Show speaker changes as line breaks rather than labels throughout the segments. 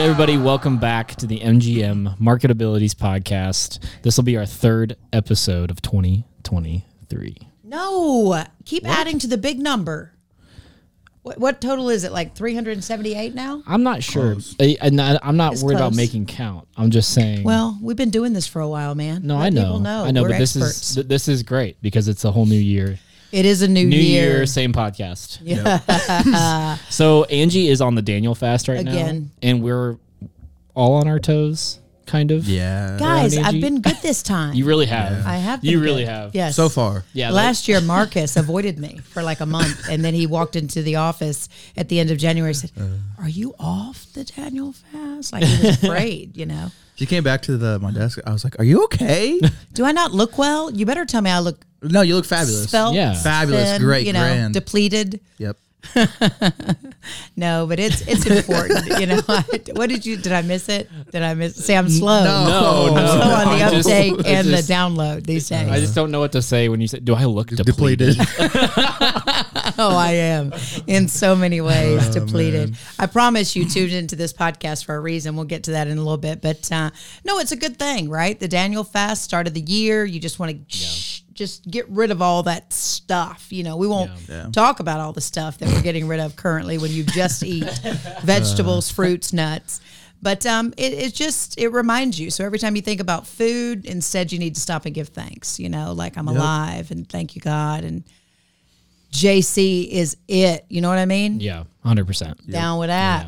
everybody. Welcome back to the MGM Marketabilities Podcast. This will be our third episode of 2023.
No, keep adding to the big number. What, what total is it? Like 378 now?
I'm not sure. I, and I, I'm not
It's
worried about
close.
making count. I'm just saying.
Well, we've been doing this for a while, man.
no,
Let
I know.
People know.
I know,
We're
but this
experts.
is th- this is great because it's a whole new year.
it is a new,
New year,
year.
same podcast.
Yeah.
So Angie is on the Daniel fast right
Again.
now, and we're all on our toes, kind of.
Yeah.
Guys,
Angie.
I've been good this time.
You really have.
I have. Been
You really
good.
have.
Yes.
So far.
Yeah. like-
Last year, Marcus avoided me for like a month, and then he walked into the office at the end of January. and Said,
Uh-huh.
"Are you off the Daniel fast?" Like he was afraid, you know.
She came back to the my desk. I was like, "Are you okay?
Do I not look well? You better tell me I look
no, you look fabulous.
spelt,
Yeah.
Fabulous,
thin,
great,
you know,
grand.
depleted.
yep.
No, but it's it's important, you know. I, what did you? Did I miss it? Did I miss? Say I'm slow.
No,
Oh.
no.
I'm slow on the
I just-
uptake
I
and
just-
the download these days.
I just don't know what to say when you say, "Do I look depleted?"
Depleted.
Oh, I am in so many ways depleted. I promise you tuned into this podcast for a reason. We'll get to that in a little bit, but uh, no, it's a good thing, right? The Daniel Fast, start of the year. You just want to just get rid of all that stuff. You know, we won't talk about all the stuff that we're getting rid of currently when you just eat vegetables, fruits, nuts. But um, it, it just it reminds you. So every time you think about food, instead you need to stop and give thanks. You know, like I'm alive and thank you God and JC is it. You know what I mean?
yeah, hundred percent.
Down with that.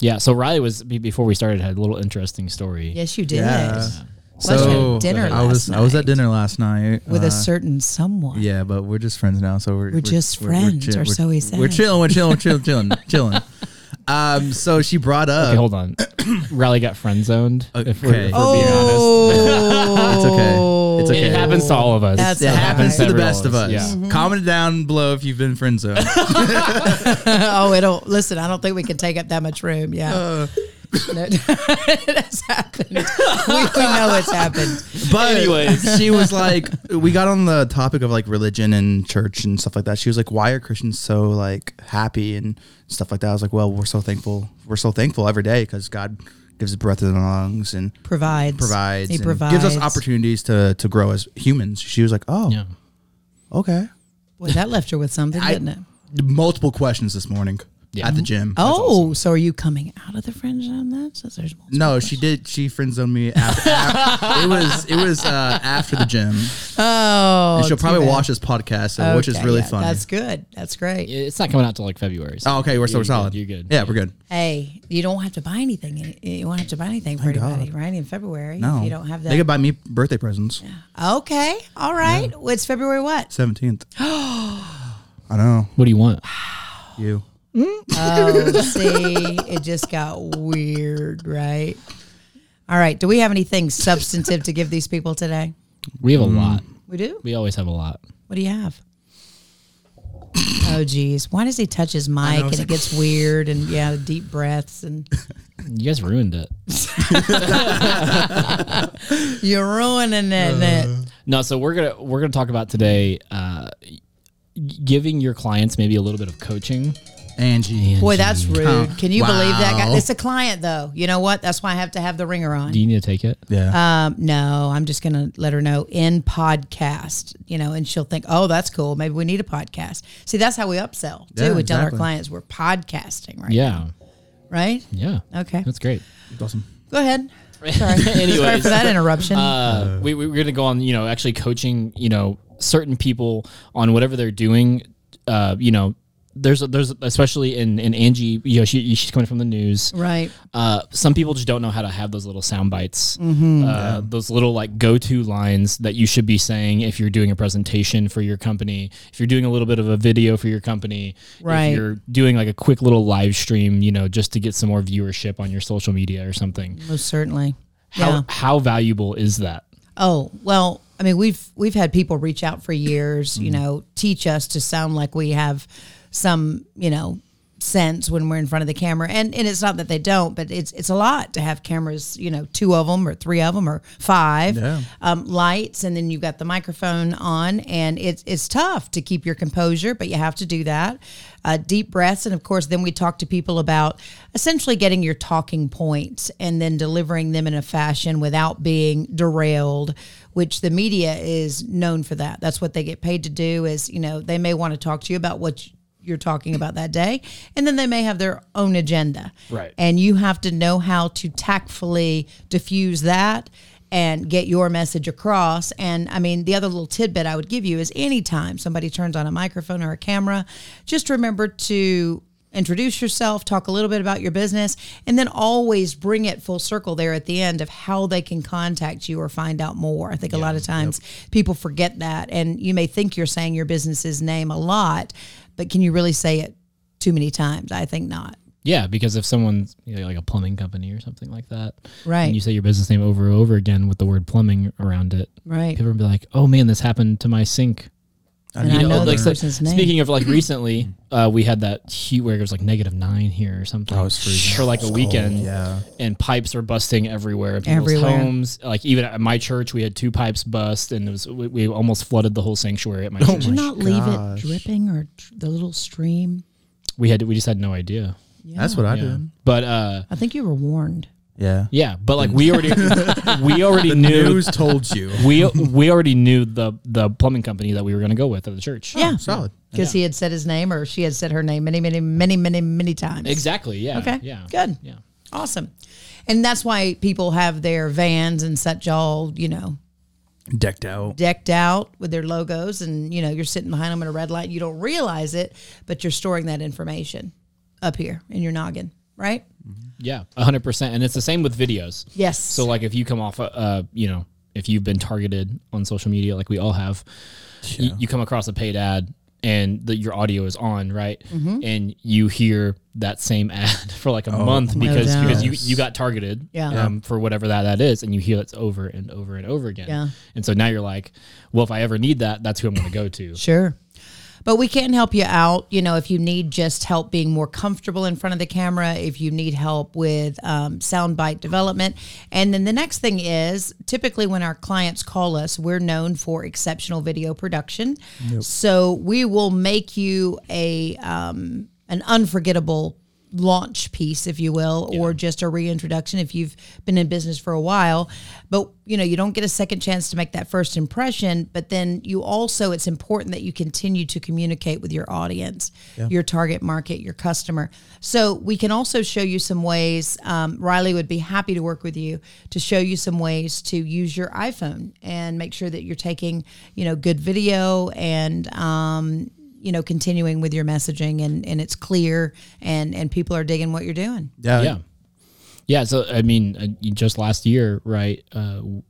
Yeah. So Riley was be- before we started had a little interesting story.
Yes, you did.
Yeah.
Plus you had
So
dinner
I was
last
I was
night.
at dinner last night
With a
uh,
certain someone.
Yeah, but we're just friends now, so we're we're,
just friends, or so he
We're
says.
chilling. We're chilling. We're chilling. chilling. Chilling. Um. So she brought up.
Okay, hold on. Riley got friend zoned. If we're, if we're being
Okay.
Oh.
honest,
it's okay. It's okay.
it happens to all of us.
That's
it
Oh, It
all
happens
right.
to
everyone
the best of us.
Yeah.
Mm-hmm.
Comment down below if you've been friend zoned.
oh, it'll listen. I don't think we can take up that much room. Yeah.
Uh.
No, that's happened. We, we know it's happened.
But
Anyways.
she was like, we got on the topic of like religion and church and stuff like that. She was like, why are Christians so like happy and stuff like that? I was like, well, we're so thankful. We're so thankful every day because God gives breath in our lungs and
Provides.
provides,
He
and
provides.
gives us opportunities to to grow as humans. She was like, oh,
Yeah.
okay.
Boy, that left her with something,
I-
didn't it?
Multiple questions this morning
Yeah.
at the gym.
Oh, so are you coming out of the fringe on that? Since there's multiple-
No, she did. She friend zoned me after. af- it was it was uh, after the gym,
Oh,
and she'll
too
probably
bad.
watch this podcast, uh, which is
Okay,
really
yeah,
funny.
That's good. That's great.
It's not coming out till like February. So
Oh, okay. We're so
you're
we're
good,
solid.
you're good.
Yeah, we're good.
Hey, you don't have to buy anything. You won't have to buy anything for anybody, right? In February,
No,
if you don't have
They
that.
could buy me birthday presents.
okay, all right. Well, It's February what?
Seventeenth. I know
What do you want?
you.
Oh, see, it just got weird, right? All right. Do we have anything substantive to give these people today?
We
Mm.
have a lot.
We do.
We always have a lot.
What do you have? Oh, geez. Why does he touch his mic and it gets weird and yeah, deep breaths and
You guys ruined it.
you're ruining it. Nick.
No, so we're gonna we're gonna talk about today uh, g- giving your clients maybe a little bit of coaching.
Angie.
Boy, that's rude. Can you believe that guy?
Wow.
It's a client, though. You know what? That's why I have to have the ringer on.
Do you need to take it?
Yeah.
Um, no, I'm just gonna let her know in podcast, you know, and she'll think, oh, that's cool. Maybe we need a podcast. See, that's how we upsell too.
Yeah,
we tell our
exactly.
clients we're podcasting, right?
Yeah,
Right.
yeah.
Okay.
That's great.
awesome.
Go ahead. Sorry. Sorry
Anyways.
for that interruption.
uh, we, we- we're going to go on, you know, actually coaching, you know, certain people on whatever they're doing. Uh, you know, there's there's especially in in Angie, you know, she she's coming from the news.
right.
Uh, some people just don't know how to have those little sound bites,
Mm-hmm.
uh, those little like go to lines that you should be saying if you're doing a presentation for your company, if you're doing a little bit of a video for your company,
Right.
if you're doing like a quick little live stream, you know, just to get some more viewership on your social media or something.
Most certainly.
How
yeah.
how valuable is that?
Oh well, I mean we've we've had people reach out for years, you know, teach us to sound like we have some, you know, sense when we're in front of the camera. And and it's not that they don't, but it's it's a lot to have cameras, you know, two of them or three of them or five
Yeah.
um, lights, and then you've got the microphone on, and it's it's tough to keep your composure, but you have to do that. Uh, deep breaths, and of course, then we talk to people about essentially getting your talking points and then delivering them in a fashion without being derailed, which the media is known for that. That's what they get paid to do. Is you know they may want to talk to you about what. you're talking about that day, and then they may have their own agenda,
Right.
And you have to know how to tactfully diffuse that and get your message across. And I mean, the other little tidbit I would give you is anytime somebody turns on a microphone or a camera, just remember to introduce yourself, talk a little bit about your business, and then always bring it full circle there at the end of how they can contact you or find out more. I think a lot of times people forget that. And you may think you're saying your business's name a lot, but can you really say it too many times? I think not.
Yeah, because if someone's you know, like a plumbing company or something like that,
Right.
and you say your business name over and over again with the word plumbing around it,
Right.
people will be like, "Oh man, this happened to my sink."
And I
You know,
know
like,
the
so-
person's name.
Speaking of like recently, uh, we had that heat where it was like negative nine here or something
Oh, it's freezing.
for like a weekend.
yeah.
And pipes are busting everywhere in people's
Everywhere.
homes. Like even at my church, we had two pipes bust, and it was we, we almost flooded the whole sanctuary at my church.
Did you not leave
gosh.
it dripping or tr- the little stream?
We had we just had no idea.
That's what I
Yeah.
did.
But uh,
I think you were warned.
Yeah.
yeah, but like we already we already knew
News told you.
we we already knew the the plumbing company that we were going to go with at the church.
yeah.
Solid.
Because he had said his name or she had said her name many, many, many, many, many times.
Exactly. Yeah.
Okay.
Yeah.
Good.
Yeah.
Awesome. And that's why people have their vans and such all, you know,
Decked out.
decked out with their logos and, you know, you're sitting behind them in a red light. You don't realize it, but you're storing that information up here in your noggin, right?
Yeah. hundred percent. And it's the same with videos.
Yes.
So like if you come off, uh, uh, you know, if you've been targeted on social media, like we all have, y- you, come across a paid ad and the, your audio is on, right?
Mm-hmm.
And you hear that same ad for like a month because
doubt.
because you, you got targeted
Yeah.
um, for whatever that ad is, and you hear that's over and over and over again.
Yeah.
And so now you're like, well, if I ever need that, that's who I'm going to go to.
Sure. But we can help you out, you know, if you need just help being more comfortable in front of the camera, if you need help with um, soundbite development. And then the next thing is typically when our clients call us, we're known for exceptional video production. So we will make you a um, an unforgettable launch piece if you will or just a reintroduction if you've been in business for a while but you know you don't get a second chance to make that first impression but then you also it's important that you continue to communicate with your audience your target market your customer so we can also show you some ways um, riley would be happy to work with you to show you some ways to use your iphone and make sure that you're taking you know good video and um, you know continuing with your messaging and and it's clear and and people are digging what you're doing
Yeah.
yeah yeah so i mean uh, you- just last year right uh, w-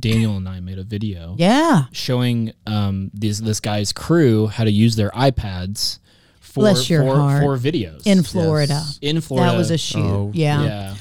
daniel and i made a video
yeah
showing um, these, this guy's crew how to use their ipads for
Bless your
for,
heart.
for videos
in florida
in florida
that was a shoot
Oh,
yeah,
yeah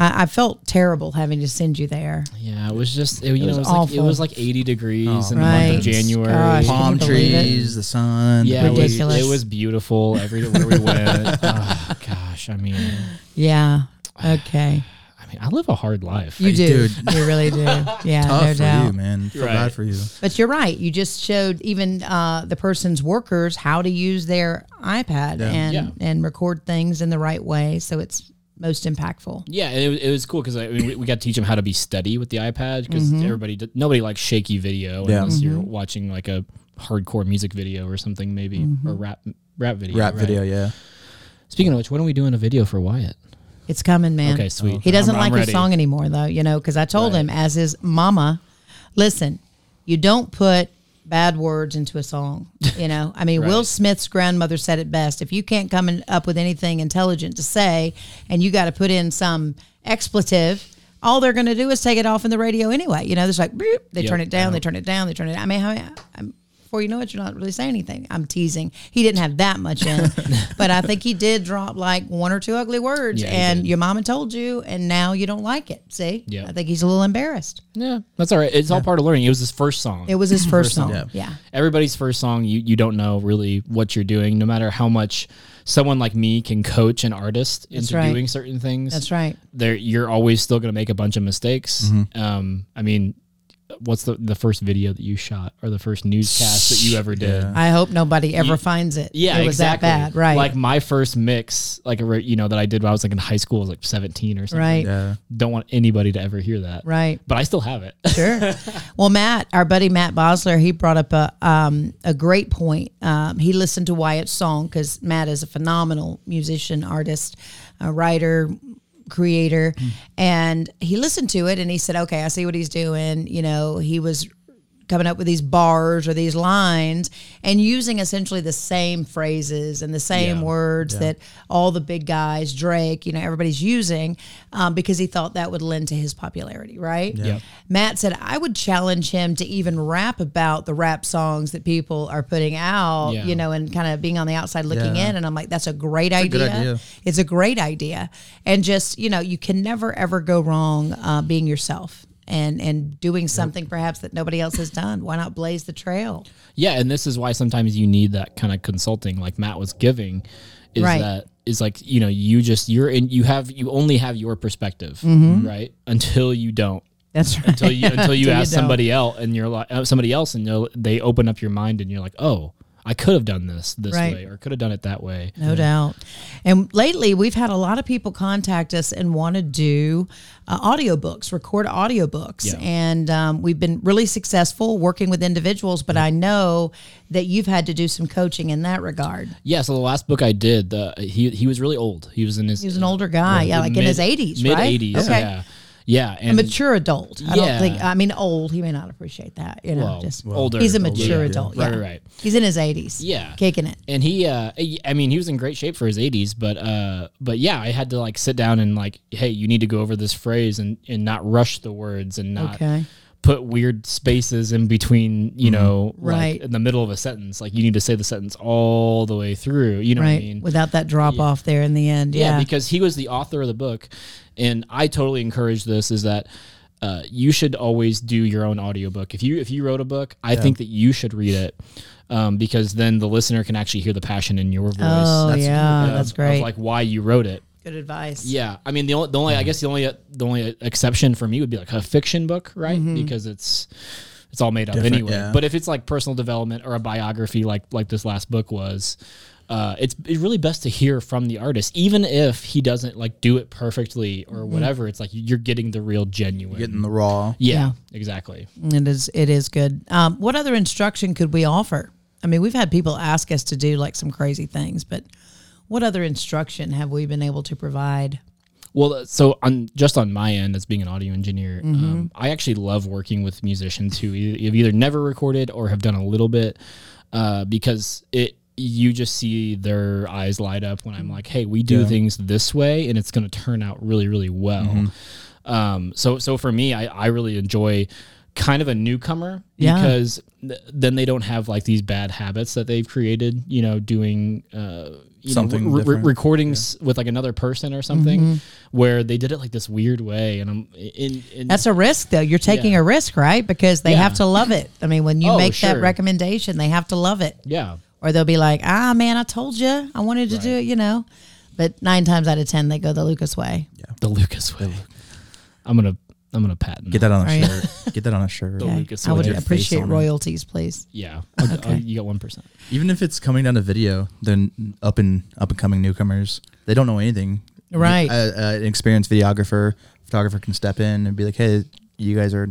I, I felt terrible having to send you there
yeah it was just it, you know,
was
it was like, it
awful.
was like 80 degrees in the month
Right.
of january
Gosh.
Palm
Can you believe it?
trees, the sun.
yeah, it
the
was,
Ridiculous.
it was beautiful every where we went. oh, gosh, I mean,
yeah okay
I mean, I live a hard life.
you do
dude.
you really do yeah
tough
no
for
doubt
you, man. Feel
Right.
bad for you.
But you're right. You just showed even uh, the person's workers how to use their iPad and
Yeah.
and record things in the right way, so it's most impactful.
Yeah, and it, was- it was cool because I mean, we, we got to teach them how to be steady with the iPad because
Mm-hmm.
everybody did, nobody likes shaky video
Yeah.
unless you're watching like a hardcore music video or something maybe
Mm-hmm.
or rap rap video.
Rap
right?
video, yeah.
Speaking of which, when are we doing a video for Wyatt?
It's coming, man.
Okay, sweet.
He doesn't
I'm-
like
I'm
his
ready.
song anymore, though. You know, because I told him as his mama, listen, you don't put bad words into a song. You know, I mean, Will Smith's grandmother said it best: if you can't come in, up with anything intelligent to say, and you got to put in some expletive. All they're going to do is take it off in the radio anyway. You know, there's like, boop, they
Yep.
turn it down, they turn it down, they turn it. I mean, how, I'm, before you know it, you're not really saying anything. I'm teasing. He didn't have that much in, but I think he did drop like one or two ugly words,
Yeah, he
and
did.
your mama told you, and now you don't like it. See,
Yeah.
I think he's a little embarrassed.
Yeah, that's all right. It's all part of learning. It was his first song.
It was his first song. Yeah.
Everybody's first song, you, you don't know really what you're doing, no matter how much someone like me can coach an artist into
right.
doing certain things.
that's right.
There, you're always still going to make a bunch of mistakes. Um, I mean, what's the, the first video that you shot or the first newscast that you ever did?
I hope nobody ever finds it.
Yeah,
it was
exactly.
that bad, right?
Like my first mix, like a you know that I did when I was like in high school, I was like 17 or something.
right,
Yeah.
Don't want anybody to ever hear that.
right.
But I still have it.
Sure. well, Matt, our buddy Matt Bosler, he brought up a um, a great point. Um, he listened to Wyatt's song because Matt is a phenomenal musician, artist, uh writer, creator, and he listened to it and he said, "Okay, I see what he's doing." You know, he was coming up with these bars or these lines and using essentially the same phrases and the same
Yeah.
words that all the big guys, Drake, you know, everybody's using um, because he thought that would lend to his popularity, right?
Yep.
Matt said, I would challenge him to even rap about the rap songs that people are putting out,
Yeah.
you know, and kind of being on the outside looking
Yeah.
in. And I'm like, that's a great
good
idea.
idea.
It's a great idea. And just, you know, you can never, ever go wrong uh, being yourself. And, and doing something perhaps that nobody else has done. Why not blaze the trail?
Yeah, and this is why sometimes you need that kind of consulting, like Matt was giving, is
Right.
that is like you know you just you're in you have you only have your perspective,
Mm-hmm.
right? Until you don't,
That's right.
until you until you ask
don't.
somebody else and you're like uh, somebody else and they'll- they open up your mind and you're like, oh, I could have done this this
Right.
way or could have done it that way.
No doubt. And lately, we've had a lot of people contact us and want to do uh, audiobooks, record audiobooks.
Yeah.
And um, we've been really successful working with individuals, but I know that you've had to do some coaching in that regard.
Yeah, so the last book I did, the he he was really old. He was in his
He was an older guy. Yeah, like in his 80s,
mid
right?
eighties.
Okay.
Yeah, yeah, and
Mature adult. I don't
Yeah.
think, I mean, old. He may not appreciate that. You know,
Well,
just
well, older,
He's a
older,
mature
yeah.
adult. Yeah.
Right, right, right.
He's in his 80s.
Yeah.
Kicking it.
and he uh I- i mean he was in great shape for his 80s but uh but yeah i had to like sit down and like hey you need to go over this phrase and and not rush the words and not
Okay.
put weird spaces in between you know like,
Right.
in the middle of a sentence like you need to say the sentence all the way through you know what i
Right.
mean
Without that drop off there in the end.
yeah,
Yeah.
because he was the author of the book and i totally encourage this is that uh, you should always do your own audiobook if you if you wrote a book i think that you should read it um, because then the listener can actually hear the passion in your voice um,
Oh,
That's-
yeah. That's
of-
great.
Of like why you wrote it.
Good advice.
Yeah, I mean the only, the only
Mm-hmm.
I guess the only the only exception for me would be like a fiction book, right? Because it's it's all made up
Mm-hmm. Different,
anyway.
yeah.
But if it's like personal development or a biography, like like this last book was. Uh, it's it's really best to hear from the artist, even if he doesn't like do it perfectly or
Mm-hmm.
whatever. It's like you're getting the real, genuine.
Getting the raw.
yeah, exactly.
It is. It is good. Um, what other instruction could we offer? I mean, we've had people ask us to do like some crazy things, but what other instruction have we been able to provide?
Well, uh, so on just on my end, as being an audio engineer,
Mm-hmm.
um, I actually love working with musicians who e- have either never recorded or have done a little bit, uh, because it you just see their eyes light up when I'm like, "Hey, we do things this way, and it's going to turn out really, really well."
Mm-hmm.
Um, so, so for me, I, I really enjoy kind of a newcomer
Yeah.
because th- then they don't have like these bad habits that they've created. You know, doing uh, you know,
Something
re- re-
different.
recordings with like another person or something where they did it like this weird way and i'm in, in
Mm-hmm. That's a risk, though. You're taking
Yeah.
a risk, right? Because they
Yeah.
have to love it. I mean, when you
Oh,
make that
sure.
recommendation, they have to love it,
yeah
or they'll be like, "Ah, man, I told you, I wanted to do it," you know. But nine times out of ten, they go the Lucas way.
the lucas way i'm gonna i'm gonna patent
Get that on a
Right.
shirt. Get that on a shirt.
The Lucas
I
way.
would
Your
face
appreciate
on it.
royalties, please.
yeah I'll- I'll- you got one percent
Even if it's coming down to video, then up and up and coming newcomers, they don't know anything.
Right.
A- a- an experienced videographer, photographer can step in and be like, "Hey, you guys are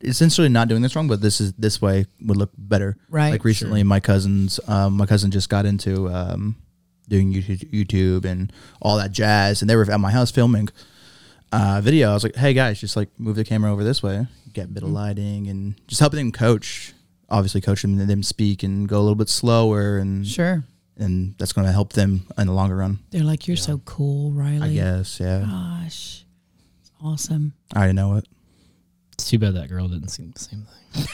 essentially not doing this wrong, but this is this way would look better."
Right.
Like recently, my cousins, um, my cousin just got into um, doing YouTube, YouTube and all that jazz, and they were at my house filming uh, video. I was like, "Hey guys, just like move the camera over this way, get a bit of
Mm-hmm.
lighting, and just helping them coach." Obviously, coach them, them speak and go a little bit slower, and
Sure.
and that's going to help them in the longer run.
They're like, "You're so cool,
I
Riley."
guess, yeah.
Uh-huh. Gosh, it's awesome.
I already know it.
it's too bad that girl didn't sing the same thing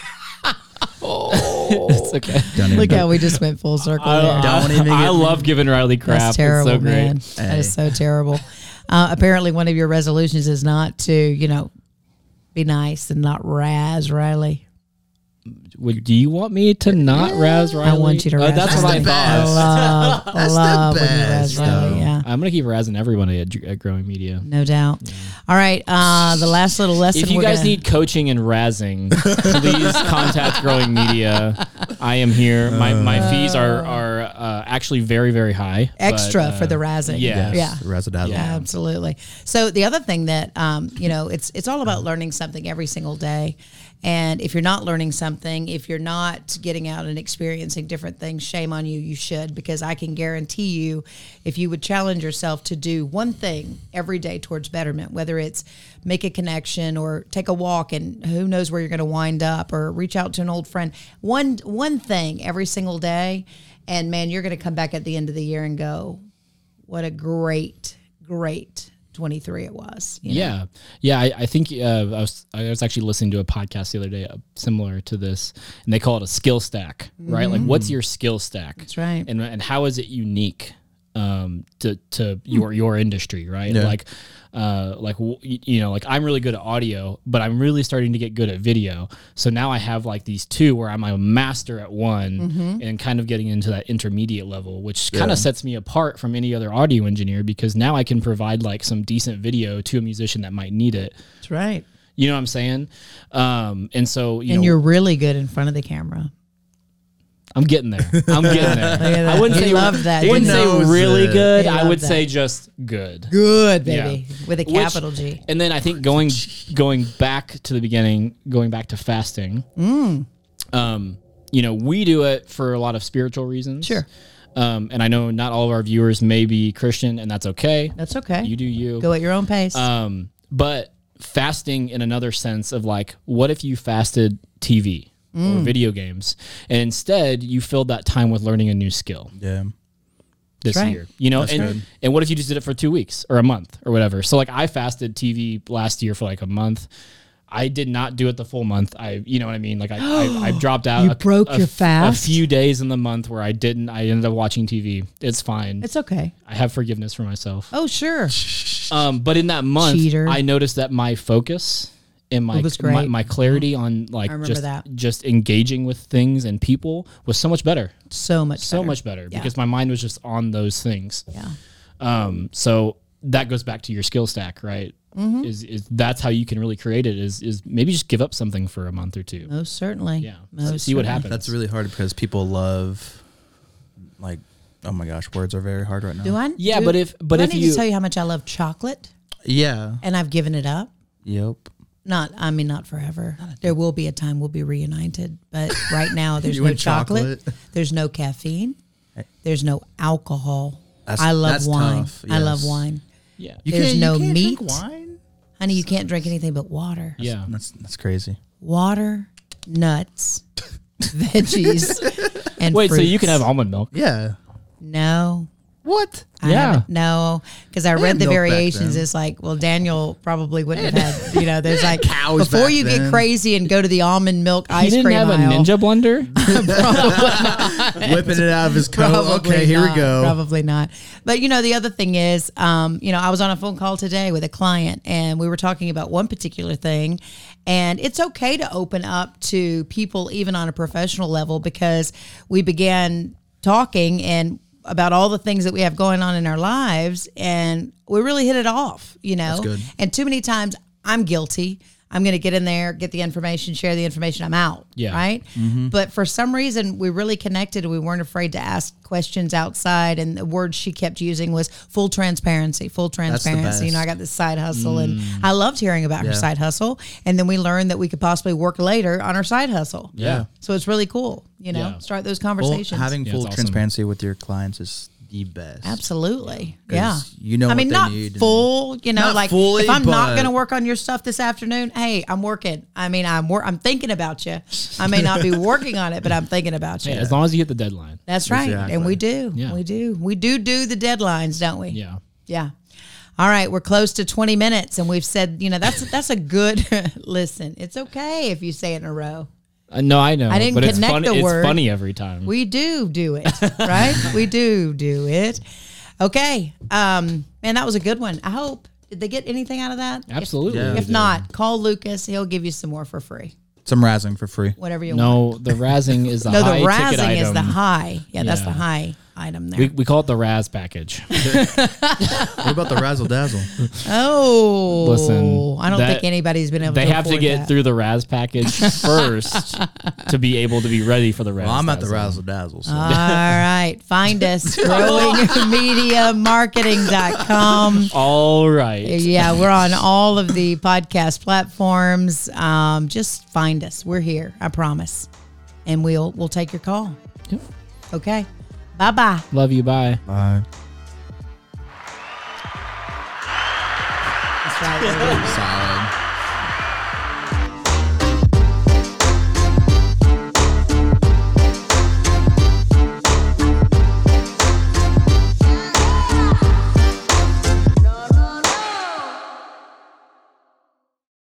Oh.
it's okay.
Don't even,
Look how we just went full circle. there.
I,
Don't even
I
get-
love giving Riley crap.
That's terrible,
Oh, it's so great.
man. That
Hey.
is so terrible. Uh, apparently, one of your resolutions is not to, you know, be nice and not razz Riley.
Would, do you want me to not razz Riley?
I want you to
Oh,
razz.
that's what I
Riley.
thought.
love, love when you razz
best,
Riley. Yeah,
I'm gonna keep razzing everybody at, at Growing Media.
no doubt. All right, uh, the last little lesson.
If you
we're
guys
gonna-
need coaching and razzing, please contact Growing Media. I am here. My, my fees are are uh, actually very very high. but,
extra
uh,
for the razzing.
yes.
yeah.
Razzle-dazzle.
Yeah.
Absolutely. So the other thing that um, you know, it's it's all about learning something every single day. And if you're not learning something, if you're not getting out and experiencing different things, shame on you. You should because I can guarantee you, if you would challenge yourself to do one thing every day towards betterment, whether it's make a connection or take a walk, and who knows where you're going to wind up, or reach out to an old friend, one one thing every single day, and man, you're going to come back at the end of the year and go, what a great, great 23 it was. you know?
Yeah, yeah. I, I think uh, I was I was actually listening to a podcast the other day uh, similar to this, and they call it a skill stack, right? Like, what's your skill stack? That's
Mm. right.
And and how is it unique um, to to
Hmm.
your your industry, right?
Yeah.
Like, uh, like w- y- you know, like I'm really good at audio, but I'm really starting to get good at video. So now I have like these two where I'm a master at one
Mm-hmm.
and kind of getting into that intermediate level, which kind of sets me apart from any other audio engineer because now I can provide like some decent video to a musician that might need it.
That's right.
You know what I'm saying? Um, and so you
And
know,
you're really good in front of the camera.
I'm getting there. I'm getting there. I wouldn't
He
say
loved that,
I wouldn't
didn't
say
he?
really
He
good. I
loved
would
that.
say just good.
Good,
baby.
With a
Which-
capital G.
And then I think going going back to the beginning, going back to fasting.
Mm.
Um, you know, we do it for a lot of spiritual reasons.
Sure.
Um, and I know not all of our viewers may be Christian, and that's okay.
That's okay.
You do you.
Go at your own pace.
Um, but fasting in another sense of like, what if you fasted TV
Mm.
or video games, and instead you filled that time with learning a new skill?
Yeah.
this
right.
year. You know, and
good.
and what if you just did it for two weeks or a month or whatever? So like I fasted TV last year for like a month. I did not do it the full month. I, you know what I mean? Like I, I, I dropped out.
You
a-
broke
a
your
f-
fast?
A few days in the month where I didn't. I ended up watching TV. It's fine.
it's okay.
I have forgiveness for myself.
Oh, sure.
Um, but in that month,
Cheater.
I noticed that my focus and my
It was
my,
great.
my clarity on like
remember
just
that.
just engaging with things and people was so much better,
So much.
so
better.
much better
Yeah.
because my mind was just on those things.
Yeah.
Um, so that goes back to your skill stack, right?
Mm-hmm.
Is is that's how you can really create it? Is is maybe just give up something for a month or two?
Most certainly.
Yeah,
Most
see what
certainly.
happens.
That's really hard because people love, like, oh my gosh, words are very hard right now.
Do I?
Yeah,
do-
but if- but
do
if
I need
you-
to tell you how much I love chocolate,
Yeah.
and I've given it up.
Yep.
Not, I mean, not forever. There will be a time we'll be reunited, but right now there's
You
no
and
chocolate,
chocolate.
there's no caffeine, there's no alcohol.
That's-
I love
that's
wine.
tough,
I love
yes.
wine,
yeah,
You
There's no meat.
wine.
honey. You can't drink anything but water.
yeah.
That's that's crazy.
Water, nuts, veggies, and
Wait, so you
fruits.
can have almond milk?
Yeah.
no.
What?
I
Yeah.
haven't- No, because I
had
read the
milk back
variations.
then.
It's like, well, Daniel probably wouldn't have had, you know, there's like,
cows
before
back
you
then.
get crazy and go to the almond milk ice
You didn't
cream
have a
aisle.
ninja blender?
Whipping it out of his coat.
Probably
okay, here
not.
we go.
Probably not. But you know, the other thing is, um, you know, I was on a phone call today with a client, and we were talking about one particular thing, and it's okay to open up to people even on a professional level because we began talking and about all the things that we have going on in our lives, and we really hit it off. You know,
good.
and too many times I'm guilty. I'm going to get in there, get the information, share the information. I'm out.
Yeah.
Right.
Mm-hmm.
But for some reason, we really connected and we weren't afraid to ask questions outside. And the word she kept using was full transparency, full
the Mm.
transparency. You know, I got this side hustle and I loved hearing about her
Yeah.
side hustle. And then we learned that we could possibly work later on our side hustle.
Yeah.
So it's really cool. You know,
Yeah.
start those
Well,
conversations.
having
Yeah,
full
it's awesome.
transparency with your clients is the best.
Absolutely. Yeah.
'Cause you know
I
what
mean,
they
not
need and-
full, you know,
Not
like
fully,
if I'm
but-
not going to work on your stuff this afternoon, hey, I'm working. I mean, I'm wor- I'm thinking about you. I may not be working on it, but I'm thinking about you.
Hey, As long as you hit the deadline.
That's right. And we
Exactly.
do.
Yeah.
We do. We do do the deadlines, don't we?
Yeah.
Yeah. All right, we're close to 20 minutes and we've said, you know, that's that's a good listen. It's okay if you say it in a row.
Uh, no, I know.
I didn't
but it's
connect
funny,
the
it's
word.
funny every time.
We do do it, right? we do do it. Okay. Um, man, that was a good one. I hope. Did they get anything out of that? If-
Absolutely.
Yeah.
If, not, call Lucas. He'll give you some more for free,
Some razzing for free.
whatever you want.
no, the razzing is the
No,
high
the
ticket
razzing
item.
is the high. Yeah, that's the
Yeah.
high item there.
we, we call it the Raz package.
What about the razzle dazzle?
oh,
Listen,
I don't
that-
think anybody's been able.
They
to
have to
afford
get
that.
through the Raz package first to be able to be ready for the Raz.
Well, I'm at the
Dazzle.
razzle dazzle. So.
All right, find us growingmediamarketing.com.
All right.
Yeah, we're on all of the podcast platforms. Um, just find us. We're here, I promise. And we'll we'll take your call.
Yep.
Okay. Bye-bye.
Love you. Bye.
Bye.
That's right.
Solid.